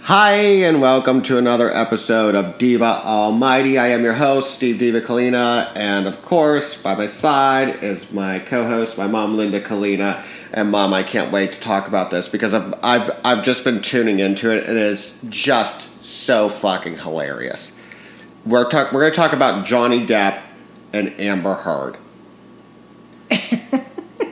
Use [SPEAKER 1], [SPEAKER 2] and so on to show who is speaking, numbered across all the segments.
[SPEAKER 1] Hi, and welcome to another episode of Diva Almighty. I am your host, Steve Diva Kalina, and of course, by my side is my co-host, my mom, Linda Kalina. And mom, I can't wait to talk about this because I've I've, I've just been tuning into it, and it is just so fucking hilarious. We're talk, we're going to talk about Johnny Depp and Amber Heard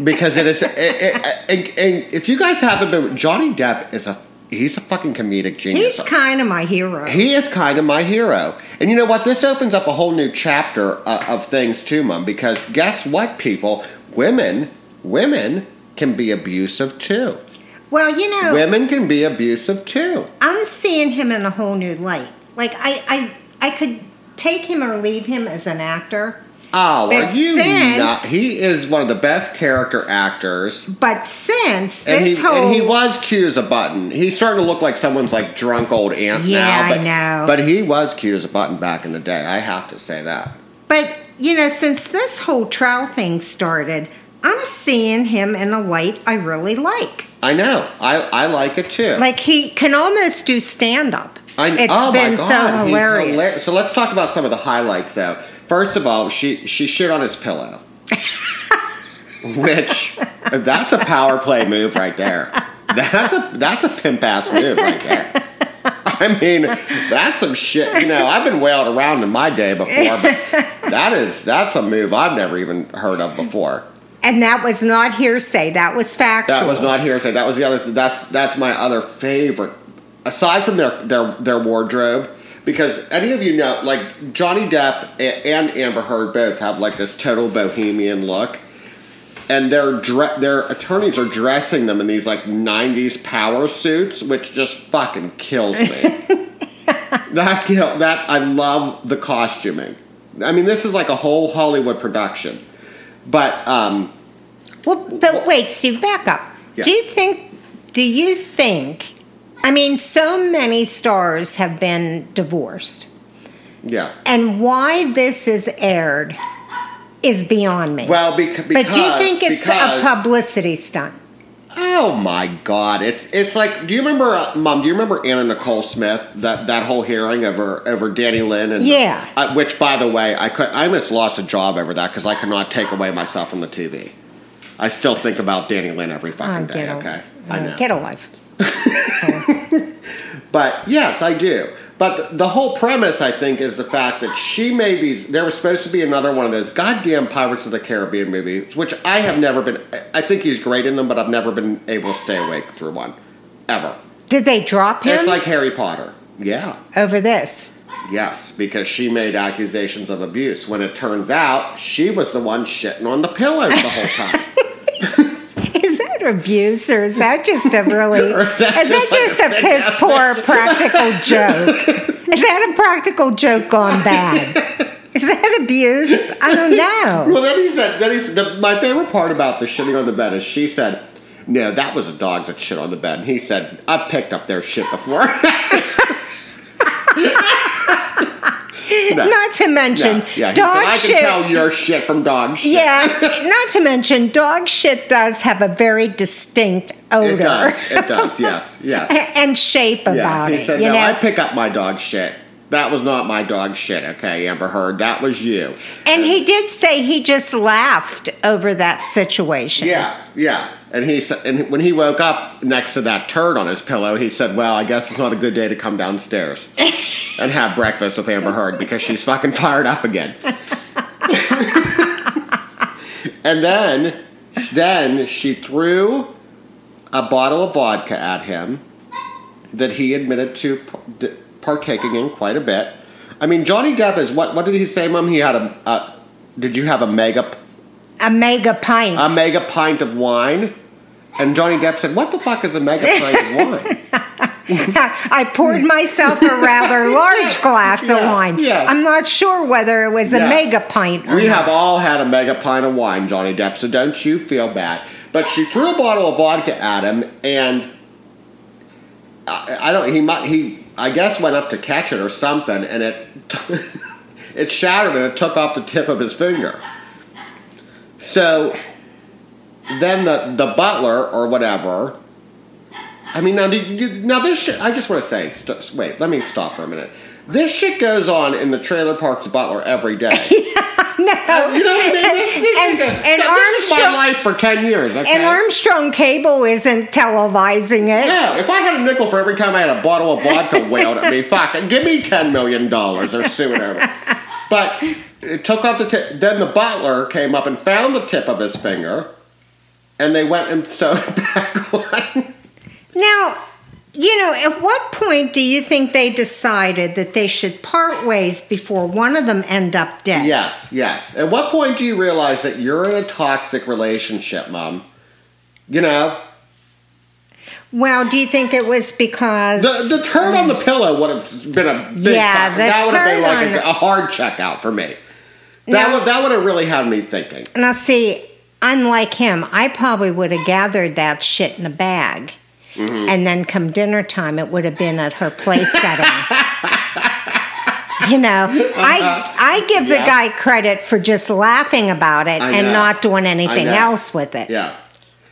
[SPEAKER 1] because it is. It, it, and, and if you guys haven't been, Johnny Depp is a he's a fucking comedic genius.
[SPEAKER 2] He's kind of my hero.
[SPEAKER 1] He is kind of my hero. And you know what? This opens up a whole new chapter uh, of things too, Mom, because guess what, people? Women, women can be abusive too.
[SPEAKER 2] well, you know,
[SPEAKER 1] Women can be abusive too.
[SPEAKER 2] I'm seeing him in a whole new light. Like I, I, I could take him or leave him as an actor,
[SPEAKER 1] Oh, are
[SPEAKER 2] But
[SPEAKER 1] you
[SPEAKER 2] since-
[SPEAKER 1] not? He is one of the best character actors.
[SPEAKER 2] but since
[SPEAKER 1] And he,
[SPEAKER 2] this whole
[SPEAKER 1] and he was cute as a button. He's starting to look like someone's like drunk old aunt
[SPEAKER 2] Yeah,
[SPEAKER 1] now.
[SPEAKER 2] I
[SPEAKER 1] But,
[SPEAKER 2] know.
[SPEAKER 1] But he was cute as a button back in the day. I have to say that.
[SPEAKER 2] But you know, since this whole trial thing started, I'm seeing him in a light I really like.
[SPEAKER 1] I know. I, I like it too.
[SPEAKER 2] Like he can almost do stand up.
[SPEAKER 1] I,
[SPEAKER 2] It's
[SPEAKER 1] oh
[SPEAKER 2] been
[SPEAKER 1] my God,
[SPEAKER 2] so
[SPEAKER 1] he's
[SPEAKER 2] hilarious.
[SPEAKER 1] hilar- so let's talk about some of the highlights, though. First of all, she she shit on his pillow, which that's a power play move right there. That's a that's a pimp ass move right there. I mean, that's some shit. You know, I've been wailed around in my day before, but that is that's a move I've never even heard of before.
[SPEAKER 2] And that was not hearsay. That was factual.
[SPEAKER 1] That was not hearsay. That was the other. That's that's my other favorite, aside from their their their wardrobe, because any of you know, like Johnny Depp a- and Amber Heard both have like this total bohemian look, and their dre- their attorneys are dressing them in these like '90s power suits, which just fucking kills me. that kill that I love the costuming. I mean, this is like a whole Hollywood production, but um,
[SPEAKER 2] Well, but wait, Steve, back up.
[SPEAKER 1] Yeah.
[SPEAKER 2] Do you think? Do you think? I mean, so many stars have been divorced,
[SPEAKER 1] yeah.
[SPEAKER 2] and why this is aired is beyond me.
[SPEAKER 1] Well, bec- because
[SPEAKER 2] but do you think it's
[SPEAKER 1] because,
[SPEAKER 2] a publicity stunt?
[SPEAKER 1] Oh my God! It's it's like do you remember, uh, Mom? Do you remember Anna Nicole Smith that that whole hearing over over Danny Lynn and
[SPEAKER 2] Yeah.
[SPEAKER 1] Uh, which, by the way, I could I almost lost a job over that because I could not take away myself from the TV. I still think about Danny Lynn every
[SPEAKER 2] Oh,
[SPEAKER 1] fucking day.
[SPEAKER 2] get a-
[SPEAKER 1] Okay,
[SPEAKER 2] oh,
[SPEAKER 1] I know.
[SPEAKER 2] Get alive.
[SPEAKER 1] But yes, I do. But the whole premise, I think, is the fact that she made these. There was supposed to be another one of those goddamn Pirates of the Caribbean movies, which I have never been. I think he's great in them, but I've never been able to stay awake through one, ever.
[SPEAKER 2] Did they drop him
[SPEAKER 1] It's like Harry Potter. Yeah.
[SPEAKER 2] over this?
[SPEAKER 1] Yes, because she made accusations of abuse. When it turns out, she was the one shitting on the pillows the whole time.
[SPEAKER 2] Is that abuse or is that just a really is
[SPEAKER 1] that
[SPEAKER 2] that
[SPEAKER 1] just
[SPEAKER 2] just a piss poor practical joke? Is that a practical joke gone bad? Is that abuse? I don't know.
[SPEAKER 1] Well, then he said, then he said, the, my favorite part about the shitting on the bed is she said, no, that was a dog that shit on the bed. And he said, I've picked up their shit before. No.
[SPEAKER 2] Not to mention
[SPEAKER 1] yeah, yeah. He said,
[SPEAKER 2] dog
[SPEAKER 1] I
[SPEAKER 2] shit.
[SPEAKER 1] can tell your shit from dog shit.
[SPEAKER 2] yeah, not to mention dog shit does have a very distinct
[SPEAKER 1] It does.
[SPEAKER 2] odor
[SPEAKER 1] It does. Yes. Yes.
[SPEAKER 2] and shape
[SPEAKER 1] Yeah.
[SPEAKER 2] about
[SPEAKER 1] He
[SPEAKER 2] it.
[SPEAKER 1] said,
[SPEAKER 2] you
[SPEAKER 1] no,
[SPEAKER 2] know,
[SPEAKER 1] I pick up my dog shit. That was not my dog shit, okay, Amber Heard. That was you.
[SPEAKER 2] and he did say he just laughed over that situation.
[SPEAKER 1] Yeah, yeah. And he said, and when he woke up next to that turd on his pillow, he said, "Well, I guess it's not a good day to come downstairs and have breakfast with Amber Heard because she's fucking fired up again." and then, then she threw a bottle of vodka at him that he admitted to p- d- partaking in quite a bit. I mean, Johnny Depp is what? What did he say, Mom? He had a. Uh, did you have a mega
[SPEAKER 2] A mega pint.
[SPEAKER 1] a mega pint of wine. And Johnny Depp said, What the fuck is a mega pint of wine?
[SPEAKER 2] I poured myself a rather large glass of
[SPEAKER 1] Yeah,
[SPEAKER 2] wine.
[SPEAKER 1] yeah.
[SPEAKER 2] I'm not sure whether it was a
[SPEAKER 1] Yes.
[SPEAKER 2] mega pint or
[SPEAKER 1] We
[SPEAKER 2] not.
[SPEAKER 1] have all had a mega pint of wine, Johnny Depp, so don't you feel bad. But she threw a bottle of vodka at him, and I, I don't, he might, he, I guess, went up to catch it or something, and it, it shattered and it took off the tip of his finger. So then the, the butler or whatever I mean, now, did you, now this shit, I just want to say, st- wait, let me stop for a minute. This shit goes on in the trailer parks butler every day.
[SPEAKER 2] No.
[SPEAKER 1] You know what I mean? This, this shit
[SPEAKER 2] And-
[SPEAKER 1] goes,
[SPEAKER 2] and
[SPEAKER 1] this is my
[SPEAKER 2] Armstrong-
[SPEAKER 1] life for 10 years. Okay?
[SPEAKER 2] And Armstrong Cable isn't televising it.
[SPEAKER 1] Yeah, if I had a nickel for every time I had a bottle of vodka wailed at me, fuck, give me ten million dollars or soon over. But it took off the tip. Then the butler came up and found the tip of his finger, and they went and sewed it back on.
[SPEAKER 2] Now, you know, at what point do you think they decided that they should part ways before one of them end up dead?
[SPEAKER 1] yes, yes. At what point do you realize that you're in a toxic relationship, mom? You know,
[SPEAKER 2] Well, do you think it was because
[SPEAKER 1] the the turn on the pillow would have been a big
[SPEAKER 2] Yeah,
[SPEAKER 1] fuck-
[SPEAKER 2] the
[SPEAKER 1] that would have been
[SPEAKER 2] turn
[SPEAKER 1] like
[SPEAKER 2] on-
[SPEAKER 1] a, a hard checkout for me. That
[SPEAKER 2] No.
[SPEAKER 1] would that would have really had me thinking.
[SPEAKER 2] Now, see, unlike him, I probably would have gathered that shit in a bag.
[SPEAKER 1] Mm-hmm.
[SPEAKER 2] And then come dinner time, it would have been at her place setting. you know, I I give the
[SPEAKER 1] Uh-huh. Yeah.
[SPEAKER 2] guy credit for just laughing about it
[SPEAKER 1] I
[SPEAKER 2] and
[SPEAKER 1] know.
[SPEAKER 2] not doing anything
[SPEAKER 1] know.
[SPEAKER 2] else with it.
[SPEAKER 1] Yeah.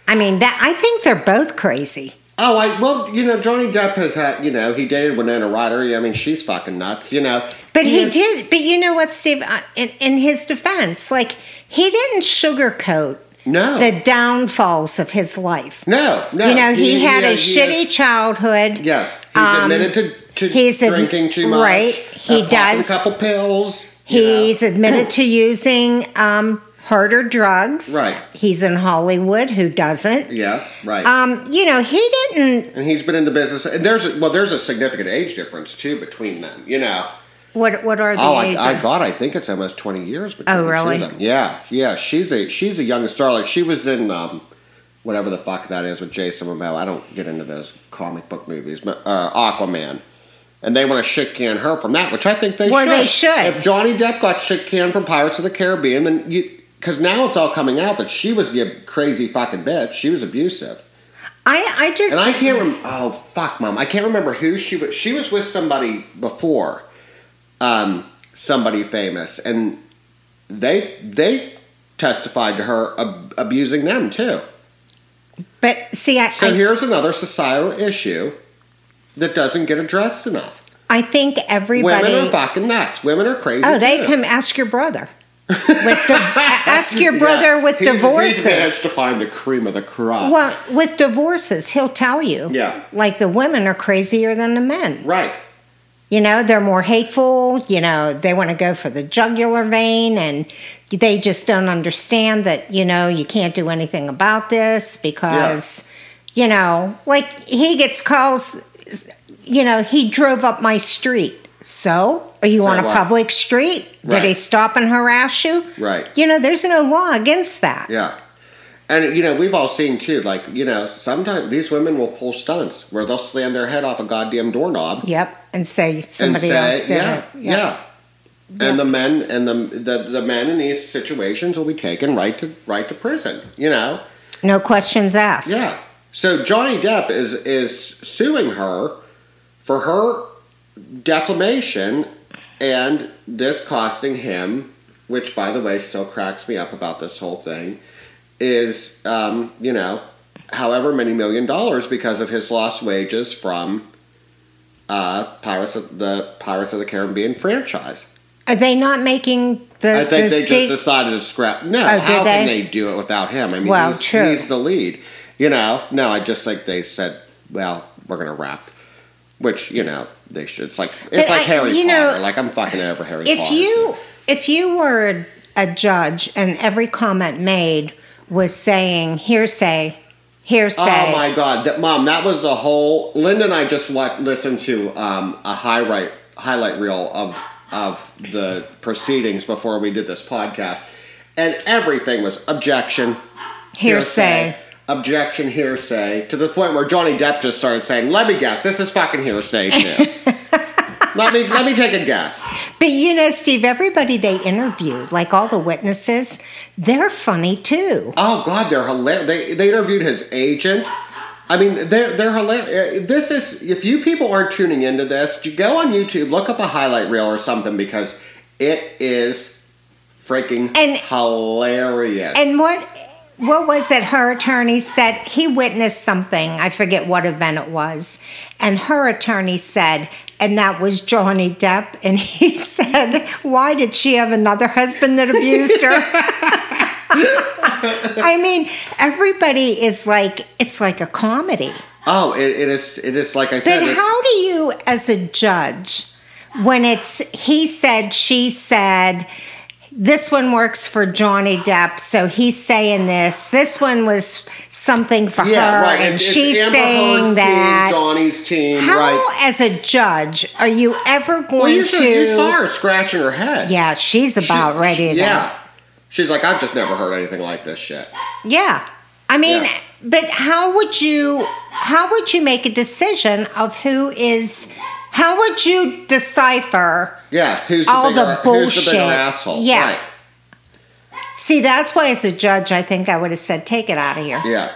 [SPEAKER 2] I mean, that I think they're both crazy.
[SPEAKER 1] Oh, I well, you know, Johnny Depp has had, you know, he dated Winona Ryder. I mean, she's fucking nuts, you know.
[SPEAKER 2] But he
[SPEAKER 1] is-
[SPEAKER 2] did. But you know what, Steve? Uh, In, in his defense, like he didn't sugarcoat
[SPEAKER 1] No,
[SPEAKER 2] the downfalls of his life.
[SPEAKER 1] no, no.
[SPEAKER 2] You know, he, had a
[SPEAKER 1] is- he
[SPEAKER 2] shitty
[SPEAKER 1] is-
[SPEAKER 2] childhood.
[SPEAKER 1] yes, he's
[SPEAKER 2] um,
[SPEAKER 1] admitted to, to
[SPEAKER 2] he's ad-
[SPEAKER 1] drinking too much.
[SPEAKER 2] right, he
[SPEAKER 1] uh, popping
[SPEAKER 2] does.
[SPEAKER 1] a couple pills. you know.
[SPEAKER 2] He's admitted to using um, harder drugs.
[SPEAKER 1] Right.
[SPEAKER 2] He's in Hollywood. Who doesn't?
[SPEAKER 1] yes, right,
[SPEAKER 2] Um, you know, he didn't.
[SPEAKER 1] and he's been in the business. And there's a, well, there's a significant age difference too between them. You know.
[SPEAKER 2] What What are the
[SPEAKER 1] Oh,
[SPEAKER 2] ages?
[SPEAKER 1] I, I God, I think it's almost twenty years between
[SPEAKER 2] Oh,
[SPEAKER 1] the two of
[SPEAKER 2] really?
[SPEAKER 1] them. Yeah, yeah. She's a she's the youngest star. Like she was in um, whatever the fuck that is with Jason Momoa. I don't get into those comic book movies, but uh, Aquaman. And they want to shit can her from that, which I think they
[SPEAKER 2] Well,
[SPEAKER 1] should.
[SPEAKER 2] they should.
[SPEAKER 1] If Johnny Depp got shit canned from Pirates of the Caribbean, then you because now it's all coming out that she was the crazy fucking bitch. She was abusive,
[SPEAKER 2] I, I just.
[SPEAKER 1] and I can't. Rem- oh fuck, mom, I can't remember who she was. She was with somebody before um, somebody famous, and they they testified to her ab- abusing them too.
[SPEAKER 2] but see, I,
[SPEAKER 1] So
[SPEAKER 2] I
[SPEAKER 1] here's another societal issue that doesn't get addressed enough.
[SPEAKER 2] I think everybody.
[SPEAKER 1] Women are fucking nuts. Women are crazy.
[SPEAKER 2] Oh, they
[SPEAKER 1] too.
[SPEAKER 2] come ask your brother. With di- ask your
[SPEAKER 1] Yeah.
[SPEAKER 2] brother with
[SPEAKER 1] He's- he's managed
[SPEAKER 2] divorces.
[SPEAKER 1] to find the cream of the crop.
[SPEAKER 2] Well, with divorces, he'll tell you.
[SPEAKER 1] Yeah.
[SPEAKER 2] Like the women are crazier than the men.
[SPEAKER 1] Right.
[SPEAKER 2] You know, they're more hateful. You know, they want to go for the jugular vein and they just don't understand that, you know, you can't do anything about this because, you know, like he gets calls, you know, he drove up my street. So, are you
[SPEAKER 1] So
[SPEAKER 2] on a
[SPEAKER 1] what?
[SPEAKER 2] public street?
[SPEAKER 1] Right.
[SPEAKER 2] Did he stop and harass you?
[SPEAKER 1] Right.
[SPEAKER 2] You know, there's no law against that.
[SPEAKER 1] Yeah. And you know, we've all seen too, like, you know, sometimes these women will pull stunts where they'll slam their head off a goddamn doorknob
[SPEAKER 2] Yep. And say
[SPEAKER 1] and
[SPEAKER 2] somebody
[SPEAKER 1] say,
[SPEAKER 2] else did
[SPEAKER 1] yeah,
[SPEAKER 2] it.
[SPEAKER 1] yeah. And the men and the, the the men in these situations will be taken right to right to prison, you know?
[SPEAKER 2] No questions asked.
[SPEAKER 1] Yeah. So Johnny Depp is is suing her for her defamation and this costing him, which by the way still cracks me up about this whole thing, is um, you know, however many million dollars because of his lost wages from uh, Pirates of the Pirates of the Caribbean franchise.
[SPEAKER 2] Are they not making the
[SPEAKER 1] I think
[SPEAKER 2] the
[SPEAKER 1] they
[SPEAKER 2] se-
[SPEAKER 1] just decided to scrap. No,
[SPEAKER 2] did
[SPEAKER 1] how can
[SPEAKER 2] they?
[SPEAKER 1] they do it without him? I mean,
[SPEAKER 2] Well,
[SPEAKER 1] he's,
[SPEAKER 2] true.
[SPEAKER 1] he's the lead. You know, no, I just think they said, well, we're gonna wrap, which you know they should. It's like it's
[SPEAKER 2] But
[SPEAKER 1] like
[SPEAKER 2] I-
[SPEAKER 1] Harry
[SPEAKER 2] you know,
[SPEAKER 1] Potter. like I'm fucking over Harry
[SPEAKER 2] if
[SPEAKER 1] Potter.
[SPEAKER 2] you if you were a judge and every comment made was saying hearsay, hearsay.
[SPEAKER 1] Oh my God, that mom! That was the whole. Linda and I just wa- listened to um, a highlight highlight reel of of the proceedings before we did this podcast, and everything was objection,
[SPEAKER 2] hearsay.
[SPEAKER 1] objection, hearsay, to the point where Johnny Depp just started saying, "Let me guess, this is fucking hearsay too." let me let me take a guess.
[SPEAKER 2] But you know, Steve, everybody they interviewed, like all the witnesses, they're funny too.
[SPEAKER 1] Oh God, they're hilarious. They they interviewed his agent. I mean, they're they're hilarious. This is if you people aren't tuning into this, you go on YouTube, look up a highlight reel or something because it is freaking
[SPEAKER 2] And-
[SPEAKER 1] hilarious.
[SPEAKER 2] And what what was it her attorney said he witnessed something i forget what event it was and her attorney said and that was johnny depp and he said why did she have another husband that abused her i mean everybody is like it's like a comedy
[SPEAKER 1] Oh, it, it is. It is like I said.
[SPEAKER 2] But
[SPEAKER 1] it's-
[SPEAKER 2] how do you, as a judge, when it's he said, she said, this one works for Johnny Depp, so he's saying this. This one was something for her, and
[SPEAKER 1] It's- it's
[SPEAKER 2] she's
[SPEAKER 1] Amber
[SPEAKER 2] saying
[SPEAKER 1] Heard's
[SPEAKER 2] that.
[SPEAKER 1] Team, Johnny's team,
[SPEAKER 2] how,
[SPEAKER 1] right?
[SPEAKER 2] as a judge, are you ever going
[SPEAKER 1] Well, you,
[SPEAKER 2] to?
[SPEAKER 1] should, you saw her scratching her head.
[SPEAKER 2] Yeah, she's
[SPEAKER 1] She-
[SPEAKER 2] about ready. To,
[SPEAKER 1] Yeah. She's like, I've just never heard anything like this shit.
[SPEAKER 2] Yeah. I mean,
[SPEAKER 1] Yeah.
[SPEAKER 2] but how would you how would you make a decision of who is how would you decipher?
[SPEAKER 1] Yeah, who's the
[SPEAKER 2] All
[SPEAKER 1] bigger,
[SPEAKER 2] the
[SPEAKER 1] Who's the bigger
[SPEAKER 2] bullshit.
[SPEAKER 1] asshole?
[SPEAKER 2] Yeah.
[SPEAKER 1] Right.
[SPEAKER 2] See, that's why as a judge I think I would have said take it out of here.
[SPEAKER 1] Yeah.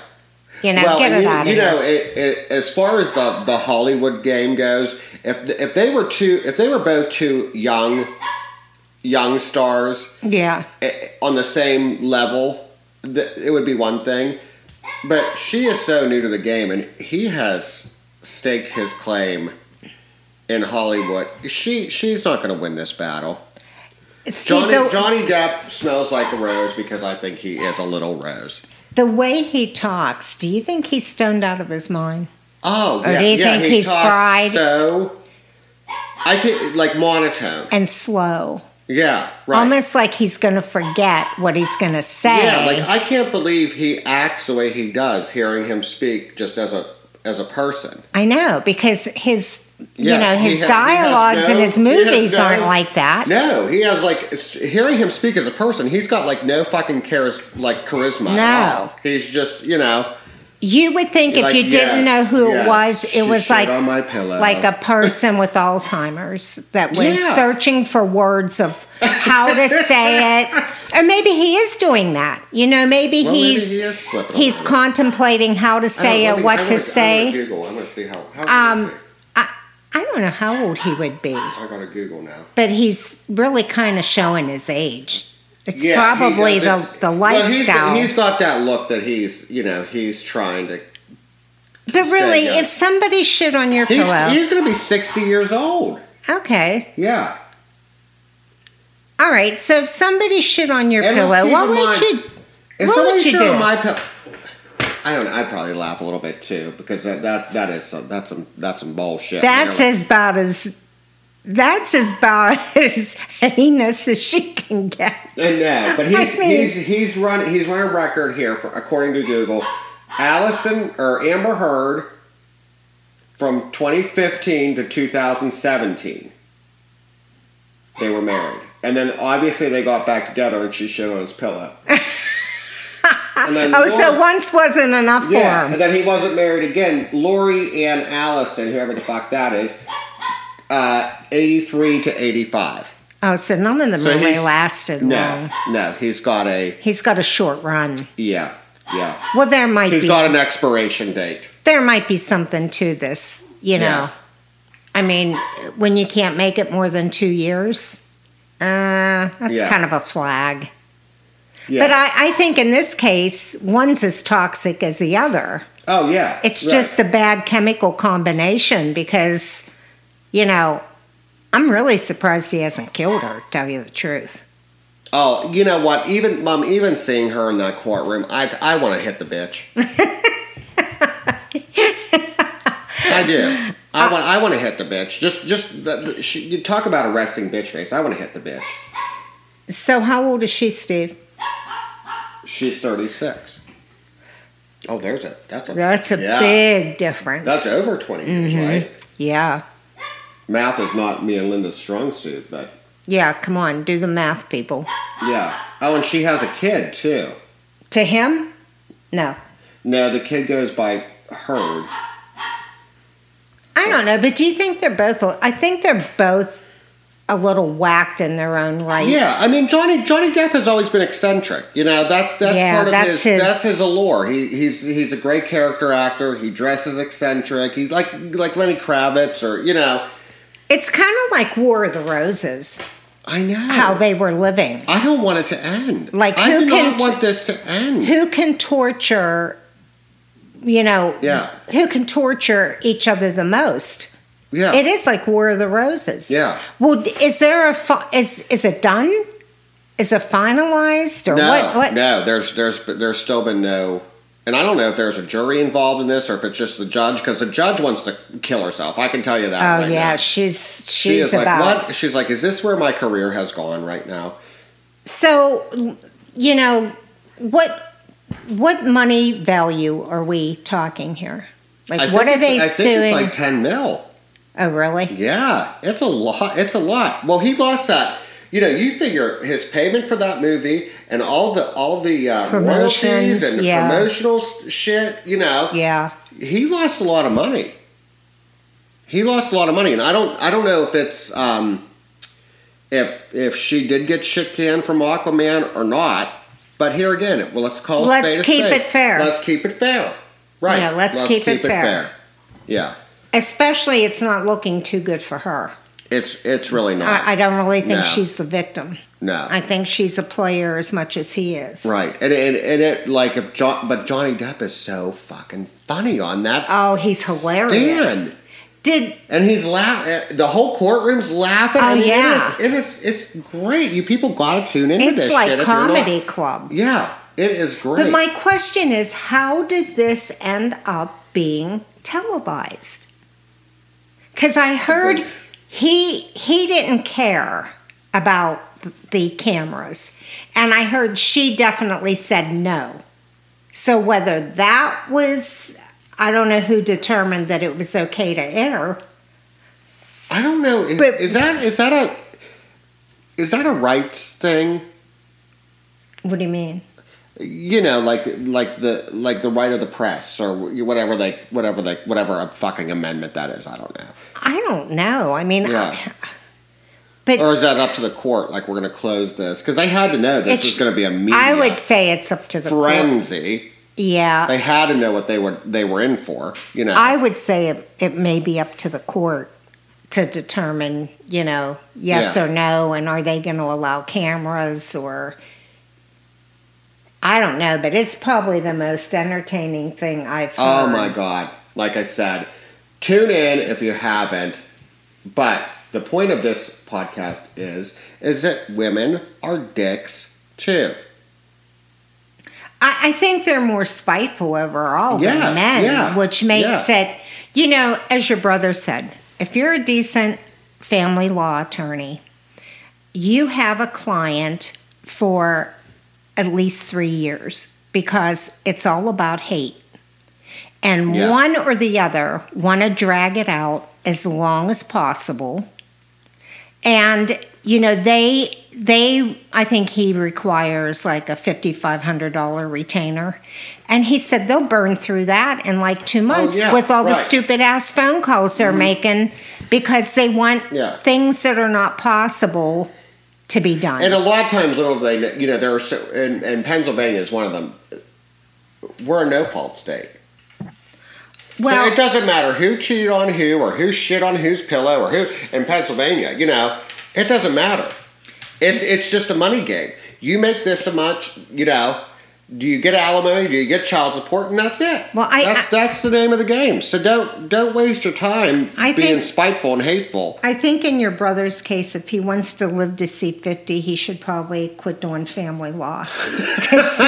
[SPEAKER 2] You know,
[SPEAKER 1] well,
[SPEAKER 2] get
[SPEAKER 1] and
[SPEAKER 2] it
[SPEAKER 1] you,
[SPEAKER 2] out of
[SPEAKER 1] you
[SPEAKER 2] here.
[SPEAKER 1] know, it, it, as far as the, the Hollywood game goes, if if they were two, if they were both two young young stars,
[SPEAKER 2] yeah.
[SPEAKER 1] eh, on the same level, th- it would be one thing. But she is so new to the game, and he has staked his claim in Hollywood. She she's not going to win this battle.
[SPEAKER 2] See,
[SPEAKER 1] Johnny
[SPEAKER 2] the,
[SPEAKER 1] Johnny Depp smells like a rose because I think he is a little rose.
[SPEAKER 2] the way he talks, do you think he's stoned out of his mind?
[SPEAKER 1] Oh,
[SPEAKER 2] Or
[SPEAKER 1] yeah,
[SPEAKER 2] do you
[SPEAKER 1] yeah,
[SPEAKER 2] think
[SPEAKER 1] he
[SPEAKER 2] he's
[SPEAKER 1] talks
[SPEAKER 2] fried?
[SPEAKER 1] So I can like monotone.
[SPEAKER 2] And slow.
[SPEAKER 1] Yeah, right.
[SPEAKER 2] Almost like he's gonna forget what he's gonna say.
[SPEAKER 1] Yeah, like I can't believe he acts the way he does. Hearing him speak just as a as a person.
[SPEAKER 2] I know, because his
[SPEAKER 1] Yeah,
[SPEAKER 2] you know,
[SPEAKER 1] he
[SPEAKER 2] his
[SPEAKER 1] ha- he has
[SPEAKER 2] dialogues and
[SPEAKER 1] no-
[SPEAKER 2] his
[SPEAKER 1] he has
[SPEAKER 2] movies
[SPEAKER 1] no-
[SPEAKER 2] aren't like that.
[SPEAKER 1] No, he has like it's- hearing him speak as a person. He's got like no fucking charis, like charisma. at
[SPEAKER 2] No.
[SPEAKER 1] all. he's just you know.
[SPEAKER 2] You would think if
[SPEAKER 1] like,
[SPEAKER 2] you
[SPEAKER 1] yes,
[SPEAKER 2] didn't know who it
[SPEAKER 1] yes,
[SPEAKER 2] was,
[SPEAKER 1] she
[SPEAKER 2] it was
[SPEAKER 1] shit
[SPEAKER 2] like
[SPEAKER 1] on my pillow.
[SPEAKER 2] like a person with Alzheimer's that was
[SPEAKER 1] Yeah.
[SPEAKER 2] searching for words of how to say it. Or maybe he is doing that. You know, maybe
[SPEAKER 1] Well, maybe
[SPEAKER 2] he's
[SPEAKER 1] he is slipping
[SPEAKER 2] he's
[SPEAKER 1] on it.
[SPEAKER 2] contemplating how to
[SPEAKER 1] I don't
[SPEAKER 2] say
[SPEAKER 1] know, let
[SPEAKER 2] it,
[SPEAKER 1] me-
[SPEAKER 2] what
[SPEAKER 1] I wanna-
[SPEAKER 2] to
[SPEAKER 1] I
[SPEAKER 2] say.
[SPEAKER 1] wanna Google. I'm gonna see how. how old
[SPEAKER 2] Um,
[SPEAKER 1] is he?
[SPEAKER 2] I, I don't know how old he would be,
[SPEAKER 1] I gotta Google now.
[SPEAKER 2] but he's really kind of showing his age. It's
[SPEAKER 1] Yeah, he
[SPEAKER 2] probably the,
[SPEAKER 1] doesn't-
[SPEAKER 2] the
[SPEAKER 1] well, he's got-
[SPEAKER 2] lifestyle.
[SPEAKER 1] he's got that look that he's you know he's trying to.
[SPEAKER 2] but
[SPEAKER 1] stay
[SPEAKER 2] really,
[SPEAKER 1] young.
[SPEAKER 2] if somebody shit on your
[SPEAKER 1] He's,
[SPEAKER 2] pillow,
[SPEAKER 1] he's gonna be sixty years old.
[SPEAKER 2] okay,
[SPEAKER 1] Yeah.
[SPEAKER 2] All right, so if somebody shit on your
[SPEAKER 1] And
[SPEAKER 2] pillow,
[SPEAKER 1] keep
[SPEAKER 2] what
[SPEAKER 1] in
[SPEAKER 2] would
[SPEAKER 1] mind-
[SPEAKER 2] you?
[SPEAKER 1] If
[SPEAKER 2] What
[SPEAKER 1] somebody
[SPEAKER 2] would you
[SPEAKER 1] shit on
[SPEAKER 2] do?
[SPEAKER 1] my pillow, I don't know. I'd probably laugh a little bit too because that that, that is some that's some that's some bullshit.
[SPEAKER 2] That's as about as that's as about as heinous as she can get.
[SPEAKER 1] And no, but he's
[SPEAKER 2] I mean-
[SPEAKER 1] he's he's run he's run a record here for according to Google, Allison or Amber Heard from 2015 to 2017. They were married, and then obviously they got back together, and she shit on his pillow. And then
[SPEAKER 2] Oh, so
[SPEAKER 1] Lori-
[SPEAKER 2] once wasn't enough
[SPEAKER 1] Yeah,
[SPEAKER 2] for
[SPEAKER 1] and
[SPEAKER 2] him.
[SPEAKER 1] then he wasn't married again. Lori Ann Allison, whoever the fuck that is, uh, 83 to 85.
[SPEAKER 2] Oh, so none of them
[SPEAKER 1] So
[SPEAKER 2] really
[SPEAKER 1] he's-
[SPEAKER 2] lasted
[SPEAKER 1] No,
[SPEAKER 2] long.
[SPEAKER 1] no, he's got a,
[SPEAKER 2] He's got a short run.
[SPEAKER 1] yeah, yeah.
[SPEAKER 2] Well, there might
[SPEAKER 1] He's
[SPEAKER 2] be
[SPEAKER 1] got an expiration date.
[SPEAKER 2] there might be something to this, you know.
[SPEAKER 1] Yeah.
[SPEAKER 2] I mean, when you can't make it more than two years, uh, that's
[SPEAKER 1] Yeah.
[SPEAKER 2] kind of a flag.
[SPEAKER 1] Yeah.
[SPEAKER 2] But I, I think in this case, one's as toxic as the other.
[SPEAKER 1] oh, yeah.
[SPEAKER 2] It's
[SPEAKER 1] right.
[SPEAKER 2] just a bad chemical combination because, you know, I'm really surprised he hasn't killed her, to tell you the truth.
[SPEAKER 1] Oh, you know what? Even, Mom, even seeing her in that courtroom, I, I want to hit the bitch. I do.
[SPEAKER 2] Uh,
[SPEAKER 1] I want. I want to hit the bitch. Just, just. The, the, she, you talk about a resting bitch face. I want to hit the bitch.
[SPEAKER 2] So, how old is she, Steve?
[SPEAKER 1] She's 36. Oh, there's a that's a
[SPEAKER 2] That's a
[SPEAKER 1] yeah.
[SPEAKER 2] big Mm-hmm. difference.
[SPEAKER 1] That's over 20 years, right?
[SPEAKER 2] yeah.
[SPEAKER 1] Math is not me and Linda's strong suit, but
[SPEAKER 2] Yeah, come on, do the math, people.
[SPEAKER 1] yeah. Oh, and she has a kid too.
[SPEAKER 2] To him? No.
[SPEAKER 1] No, the kid goes by Heard.
[SPEAKER 2] I don't know, but do you think they're both, I think they're both a little whacked in their own right.
[SPEAKER 1] Yeah, I mean Johnny Johnny Depp has always been eccentric. You know that that's
[SPEAKER 2] Yeah,
[SPEAKER 1] part of
[SPEAKER 2] that's
[SPEAKER 1] his,
[SPEAKER 2] his-
[SPEAKER 1] that's his allure. He he's he's a great character actor. He dresses eccentric. He's like like Lenny Kravitz or you know
[SPEAKER 2] It's kind of like War of the Roses.
[SPEAKER 1] I know.
[SPEAKER 2] how they were living.
[SPEAKER 1] I don't want it to end.
[SPEAKER 2] Like,
[SPEAKER 1] I
[SPEAKER 2] who
[SPEAKER 1] do
[SPEAKER 2] can
[SPEAKER 1] not want this to end.
[SPEAKER 2] Who can torture, you know,
[SPEAKER 1] Yeah.
[SPEAKER 2] who can torture each other the most?
[SPEAKER 1] yeah.
[SPEAKER 2] It is like War of the Roses.
[SPEAKER 1] Yeah.
[SPEAKER 2] Well, is there a fi- is is it done? Is it finalized or
[SPEAKER 1] no,
[SPEAKER 2] what? What?
[SPEAKER 1] no. There's there's there's still been no, and I don't know if there's a jury involved in this or if it's just the judge because the judge wants to kill herself. I can tell you that.
[SPEAKER 2] Oh
[SPEAKER 1] right
[SPEAKER 2] yeah,
[SPEAKER 1] now.
[SPEAKER 2] she's she's
[SPEAKER 1] she is
[SPEAKER 2] about.
[SPEAKER 1] like what? She's like, is this where my career has gone right now?
[SPEAKER 2] So, you know, what what money value are we talking here? Like,
[SPEAKER 1] I
[SPEAKER 2] what
[SPEAKER 1] think
[SPEAKER 2] are they
[SPEAKER 1] it's- I
[SPEAKER 2] suing?
[SPEAKER 1] Think it's like ten mil.
[SPEAKER 2] oh, really?
[SPEAKER 1] Yeah, it's a lot. It's a lot. Well, he lost that. You know, you figure his payment for that movie and all the all the uh,
[SPEAKER 2] Promotions,
[SPEAKER 1] royalties and
[SPEAKER 2] yeah.
[SPEAKER 1] promotional s- shit. You know,
[SPEAKER 2] Yeah.
[SPEAKER 1] he lost a lot of money. He lost a lot of money, and I don't I don't know if it's um, if if she did get shit canned from Aquaman or not. But here again, well, let's call. a
[SPEAKER 2] Let's
[SPEAKER 1] spade a
[SPEAKER 2] keep
[SPEAKER 1] spade.
[SPEAKER 2] it fair.
[SPEAKER 1] Let's keep it fair. Right.
[SPEAKER 2] Yeah, let's keep it fair.
[SPEAKER 1] Yeah,
[SPEAKER 2] Especially, it's not looking too good for her.
[SPEAKER 1] it's it's really not.
[SPEAKER 2] I, I don't really think
[SPEAKER 1] No.
[SPEAKER 2] she's the victim.
[SPEAKER 1] no.
[SPEAKER 2] I think she's a player as much as he is.
[SPEAKER 1] Right, and and, and it like if John, but Johnny Depp is so fucking funny on that,
[SPEAKER 2] Oh, he's hilarious.
[SPEAKER 1] Dan.
[SPEAKER 2] Did
[SPEAKER 1] and he's laugh. eh, The whole courtroom's laughing.
[SPEAKER 2] Oh,
[SPEAKER 1] I mean,
[SPEAKER 2] yeah.
[SPEAKER 1] it is, it is. It's great. You people gotta tune into
[SPEAKER 2] it's
[SPEAKER 1] this. shit
[SPEAKER 2] like
[SPEAKER 1] if you're not-
[SPEAKER 2] comedy club.
[SPEAKER 1] yeah, it is great.
[SPEAKER 2] But my question is, how did this end up being televised? Because I heard he he didn't care about th- the cameras, and I heard she definitely said no. So whether that was, I don't know who determined that it was okay to air.
[SPEAKER 1] I don't know. Is,
[SPEAKER 2] But-
[SPEAKER 1] is that is that a is that a rights thing?
[SPEAKER 2] What do you mean?
[SPEAKER 1] You know, like like the like the right of the press or whatever they whatever they whatever a fucking amendment that is. I don't know.
[SPEAKER 2] I don't know. I mean,
[SPEAKER 1] Yeah.
[SPEAKER 2] but
[SPEAKER 1] Or is that up to the court? Like we're going to close this because they had to know this
[SPEAKER 2] It's-
[SPEAKER 1] was going to be a media
[SPEAKER 2] I would say it's up to the court.
[SPEAKER 1] frenzy.
[SPEAKER 2] Yeah,
[SPEAKER 1] They had to know what they were they were in for. You know,
[SPEAKER 2] I would say it, it may be up to the court to determine, you know, yes
[SPEAKER 1] Yeah.
[SPEAKER 2] or no, and are they going to allow cameras or. I don't know, but it's probably the most entertaining thing I've heard.
[SPEAKER 1] oh my god! Like I said, tune in if you haven't. But the point of this podcast is is that women are dicks too.
[SPEAKER 2] I, I think they're more spiteful overall
[SPEAKER 1] Yes,
[SPEAKER 2] than men,
[SPEAKER 1] yeah,
[SPEAKER 2] which makes it, you know, as your brother said, if you're a decent family law attorney, you have a client for at least three years because it's all about hate. And
[SPEAKER 1] Yeah.
[SPEAKER 2] one or the other want to drag it out as long as possible. And you know they they I think he requires like a fifty five hundred dollar retainer, and he said they'll burn through that in like two months
[SPEAKER 1] Oh, yeah,
[SPEAKER 2] with all the
[SPEAKER 1] right. Mm-hmm.
[SPEAKER 2] stupid ass phone calls they're making because they want
[SPEAKER 1] Yeah.
[SPEAKER 2] things that are not possible to be done.
[SPEAKER 1] And a lot of times, little do they know- you know, there are so, and, and Pennsylvania is one of them. We're a no fault state.
[SPEAKER 2] well,
[SPEAKER 1] so it doesn't matter who cheated on who or who shit on whose pillow or who in Pennsylvania, you know, it doesn't matter. It's it's just a money game. You make this so much, you know, do you get alimony, do you get child support, and that's it.
[SPEAKER 2] Well, I-
[SPEAKER 1] that's
[SPEAKER 2] I-
[SPEAKER 1] that's the name of the game. So don't don't waste your time
[SPEAKER 2] I
[SPEAKER 1] being
[SPEAKER 2] think-
[SPEAKER 1] spiteful and hateful.
[SPEAKER 2] I think in your brother's case, if he wants to live to see 50, he should probably quit doing family law. 'Cause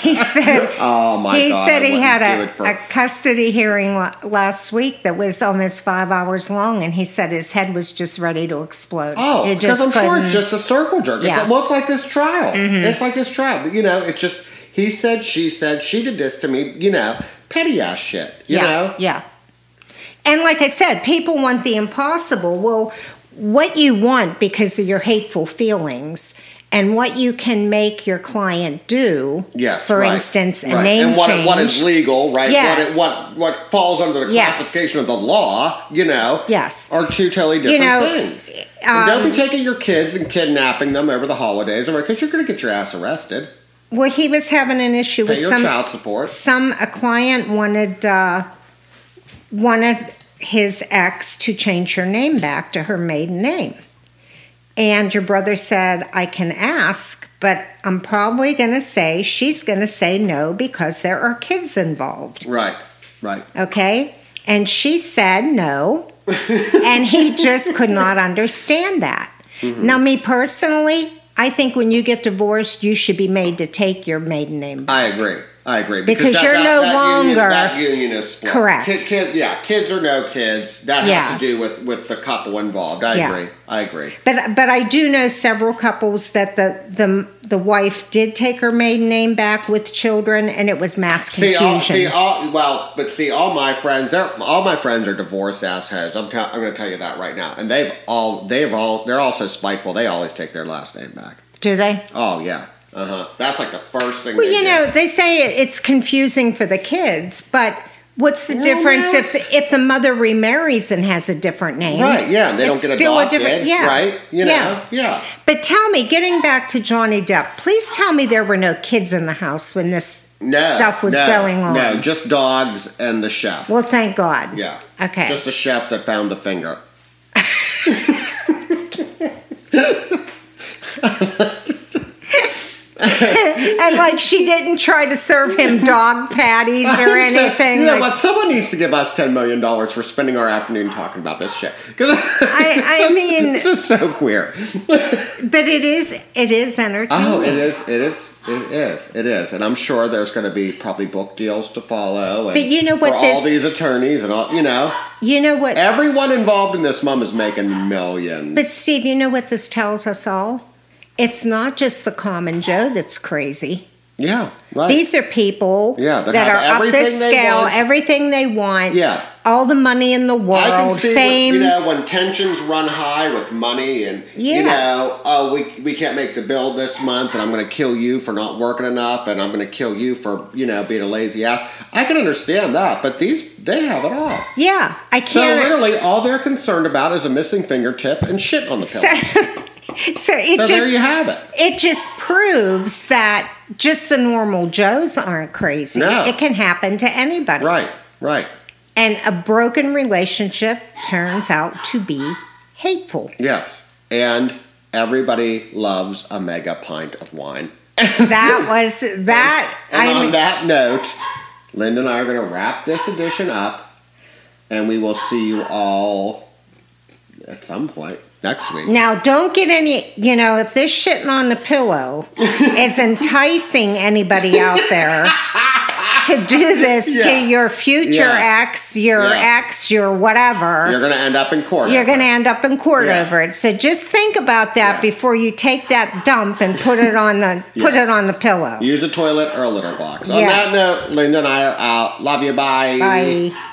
[SPEAKER 2] he said,
[SPEAKER 1] Oh my
[SPEAKER 2] he
[SPEAKER 1] god.
[SPEAKER 2] said
[SPEAKER 1] I
[SPEAKER 2] he
[SPEAKER 1] wouldn't
[SPEAKER 2] had
[SPEAKER 1] do
[SPEAKER 2] a,
[SPEAKER 1] it for-
[SPEAKER 2] a custody hearing la- last week that was almost five hours long, and he said his head was just ready to explode.
[SPEAKER 1] Oh,
[SPEAKER 2] It
[SPEAKER 1] because
[SPEAKER 2] just
[SPEAKER 1] I'm sure
[SPEAKER 2] couldn't-
[SPEAKER 1] it's just a circle jerk.
[SPEAKER 2] Yeah.
[SPEAKER 1] It's like,
[SPEAKER 2] Mm-hmm.
[SPEAKER 1] well, it's like this trial. It's like this trial. You know, it's just he said, she said, she did this to me. You know, petty ass shit. You
[SPEAKER 2] yeah,
[SPEAKER 1] know,
[SPEAKER 2] Yeah. And like I said, people want the impossible. Well, what you want because of your hateful feelings and what you can make your client do,
[SPEAKER 1] yes.
[SPEAKER 2] for
[SPEAKER 1] right,
[SPEAKER 2] instance, a
[SPEAKER 1] right.
[SPEAKER 2] name
[SPEAKER 1] and what,
[SPEAKER 2] change.
[SPEAKER 1] what is legal, right?
[SPEAKER 2] Yes.
[SPEAKER 1] What, it, what what falls under the
[SPEAKER 2] Yes.
[SPEAKER 1] classification of the law? You know,
[SPEAKER 2] yes. Um,
[SPEAKER 1] are two totally different
[SPEAKER 2] know,
[SPEAKER 1] things. And don't be taking your kids and kidnapping them over the holidays, because you're going to get your ass arrested.
[SPEAKER 2] Well, he was having an issue with
[SPEAKER 1] Pay your
[SPEAKER 2] some
[SPEAKER 1] child support.
[SPEAKER 2] some a client wanted uh, wanted his ex to change her name back to her maiden name And your brother said, I can ask, but I'm probably going to say she's going to say no because there are kids involved.
[SPEAKER 1] Right. Right.
[SPEAKER 2] Okay. And she said no. and he just could not understand that. Mm-hmm. Now, me personally, I think when you get divorced, you should be made to take your maiden name.
[SPEAKER 1] I agree. I agree
[SPEAKER 2] because, because that, you're that, no that longer union,
[SPEAKER 1] that union is split.
[SPEAKER 2] correct.
[SPEAKER 1] Kid, kid, yeah, kids or no kids, that yeah. has to do with with the couple involved. I yeah. agree. I agree.
[SPEAKER 2] But but I do know several couples that the the the wife did take her maiden name back with children, and it was mass confusion.
[SPEAKER 1] See, all, see, all well, but see, all my friends, all my friends are divorced assholes. I'm t- I'm going to tell you that right now, and they've all they've all they're all so spiteful. They always take their last name back.
[SPEAKER 2] Do they?
[SPEAKER 1] Oh yeah. Uh huh. That's like the first thing.
[SPEAKER 2] Well, you
[SPEAKER 1] do.
[SPEAKER 2] know, they say it's confusing for the kids, but what's the well, difference if the, if the mother remarries and has a different name?
[SPEAKER 1] Right. Yeah. They don't get still adopted, a different. Yeah. Right. You know. Yeah. yeah.
[SPEAKER 2] But tell me, getting back to Johnny Depp, please tell me there were no kids in the house when this no, stuff was
[SPEAKER 1] no,
[SPEAKER 2] going on.
[SPEAKER 1] No, just dogs and the chef.
[SPEAKER 2] Well, thank God.
[SPEAKER 1] Yeah.
[SPEAKER 2] Okay.
[SPEAKER 1] Just the chef that found the finger.
[SPEAKER 2] and like she didn't try to serve him dog patties or anything.
[SPEAKER 1] You know
[SPEAKER 2] like,
[SPEAKER 1] what? Someone needs to give us ten million dollars for spending our afternoon talking about this shit.
[SPEAKER 2] I, I mean,
[SPEAKER 1] this is so queer.
[SPEAKER 2] but it is, it is entertaining.
[SPEAKER 1] Oh, it is, it is. It is. It is, and I'm sure there's going to be probably book deals to follow.
[SPEAKER 2] but you know what?
[SPEAKER 1] For
[SPEAKER 2] this,
[SPEAKER 1] all these attorneys and all, you know.
[SPEAKER 2] You know what?
[SPEAKER 1] Everyone involved in this mom is making millions.
[SPEAKER 2] But Steve, you know what this tells us all? it's not just the common Joe that's crazy.
[SPEAKER 1] Yeah, right.
[SPEAKER 2] These are people
[SPEAKER 1] yeah,
[SPEAKER 2] that are up this scale,
[SPEAKER 1] want.
[SPEAKER 2] everything they want.
[SPEAKER 1] Yeah.
[SPEAKER 2] All the money in the world, I can see fame.
[SPEAKER 1] When, you know, when tensions run high with money and, yeah. you know, oh, we, we can't make the bill this month and I'm going to kill you for not working enough and I'm going to kill you for, you know, being a lazy ass. I can understand that, but these, they have it all.
[SPEAKER 2] Yeah, I
[SPEAKER 1] can't. So literally all they're concerned about is a missing fingertip and shit on the pillow. So-
[SPEAKER 2] so it
[SPEAKER 1] so
[SPEAKER 2] just
[SPEAKER 1] it.
[SPEAKER 2] it. just proves that just the normal Joes aren't crazy.
[SPEAKER 1] No.
[SPEAKER 2] It can happen to anybody.
[SPEAKER 1] Right, right.
[SPEAKER 2] And a broken relationship turns out to be hateful.
[SPEAKER 1] Yes. And everybody loves a mega pint of wine.
[SPEAKER 2] that was that
[SPEAKER 1] and, and on mean, that note, Linda and I are gonna wrap this edition up and we will see you all at some point next week.
[SPEAKER 2] Now, don't get any, you know, if this shitting on the pillow is enticing anybody out there to do this yeah. to your future yeah. ex, your yeah. ex, your whatever,
[SPEAKER 1] you're going to end up in court.
[SPEAKER 2] You're going to end up in court over it. So just think about that before you take that dump and put it on the put it on the pillow.
[SPEAKER 1] Use a toilet or a litter box. On yes. that note, Linda and I are out. Love you. Bye.
[SPEAKER 2] Bye.